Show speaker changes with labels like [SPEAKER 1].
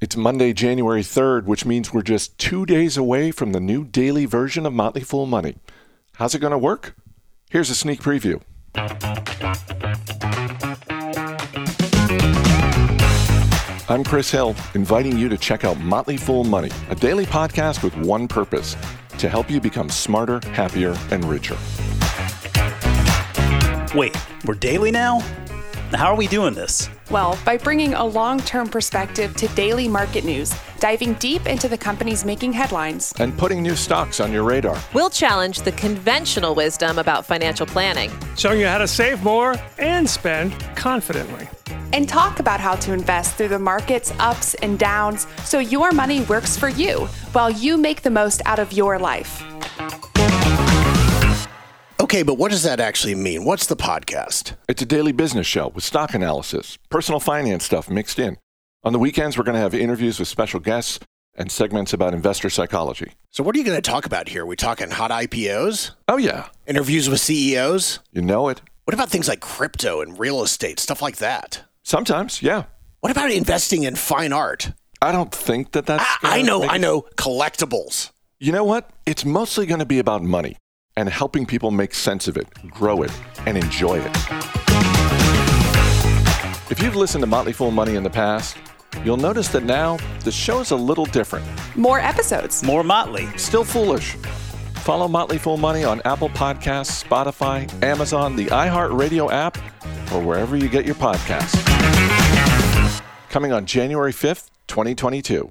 [SPEAKER 1] It's Monday, January 3rd, which means we're just two days away from the new daily version of Motley Fool Money. How's it going to work? Here's a sneak preview. I'm Chris Hill, inviting you to check out Motley Fool Money, a daily podcast with one purpose to help you become smarter, happier, and richer.
[SPEAKER 2] Wait, we're daily now? How are we doing this?
[SPEAKER 3] Well, by bringing a long term perspective to daily market news, diving deep into the companies making headlines,
[SPEAKER 1] And putting new stocks on your radar.
[SPEAKER 4] We'll challenge the conventional wisdom about financial planning.
[SPEAKER 5] showing you how to save more and spend confidently.
[SPEAKER 3] and talk about how to invest through the market's ups and downs so your money works for you while you make the most out of your life.
[SPEAKER 6] Okay, but what does that actually mean? What's the podcast?
[SPEAKER 1] It's a daily business show with stock analysis, personal finance stuff mixed in. On the weekends, we're going to have interviews with special guests and segments about investor psychology.
[SPEAKER 6] So, what are you going to talk about here? Are we talking hot IPOs,
[SPEAKER 1] Oh, yeah,
[SPEAKER 6] interviews with CEOs?
[SPEAKER 1] you know it.
[SPEAKER 6] What about things like crypto and real estate, stuff like that?
[SPEAKER 1] Sometimes, yeah.
[SPEAKER 6] What about investing in fine art?
[SPEAKER 1] I don't think that that's.
[SPEAKER 6] I, Ah, I
[SPEAKER 1] gonna
[SPEAKER 6] know,
[SPEAKER 1] make-
[SPEAKER 6] I know, collectibles.
[SPEAKER 1] You know what? It's mostly going to be about money and helping people make sense of it, grow it, and enjoy it. If you've listened to Motley Fool Money in the past, you'll notice that now the show's a little different.
[SPEAKER 3] More episodes.
[SPEAKER 2] More Motley.
[SPEAKER 1] Still Foolish. Follow Motley Fool Money on Apple Podcasts, Spotify, Amazon, the iHeartRadio app, or wherever you get your podcasts. Coming on January 5th, 2022.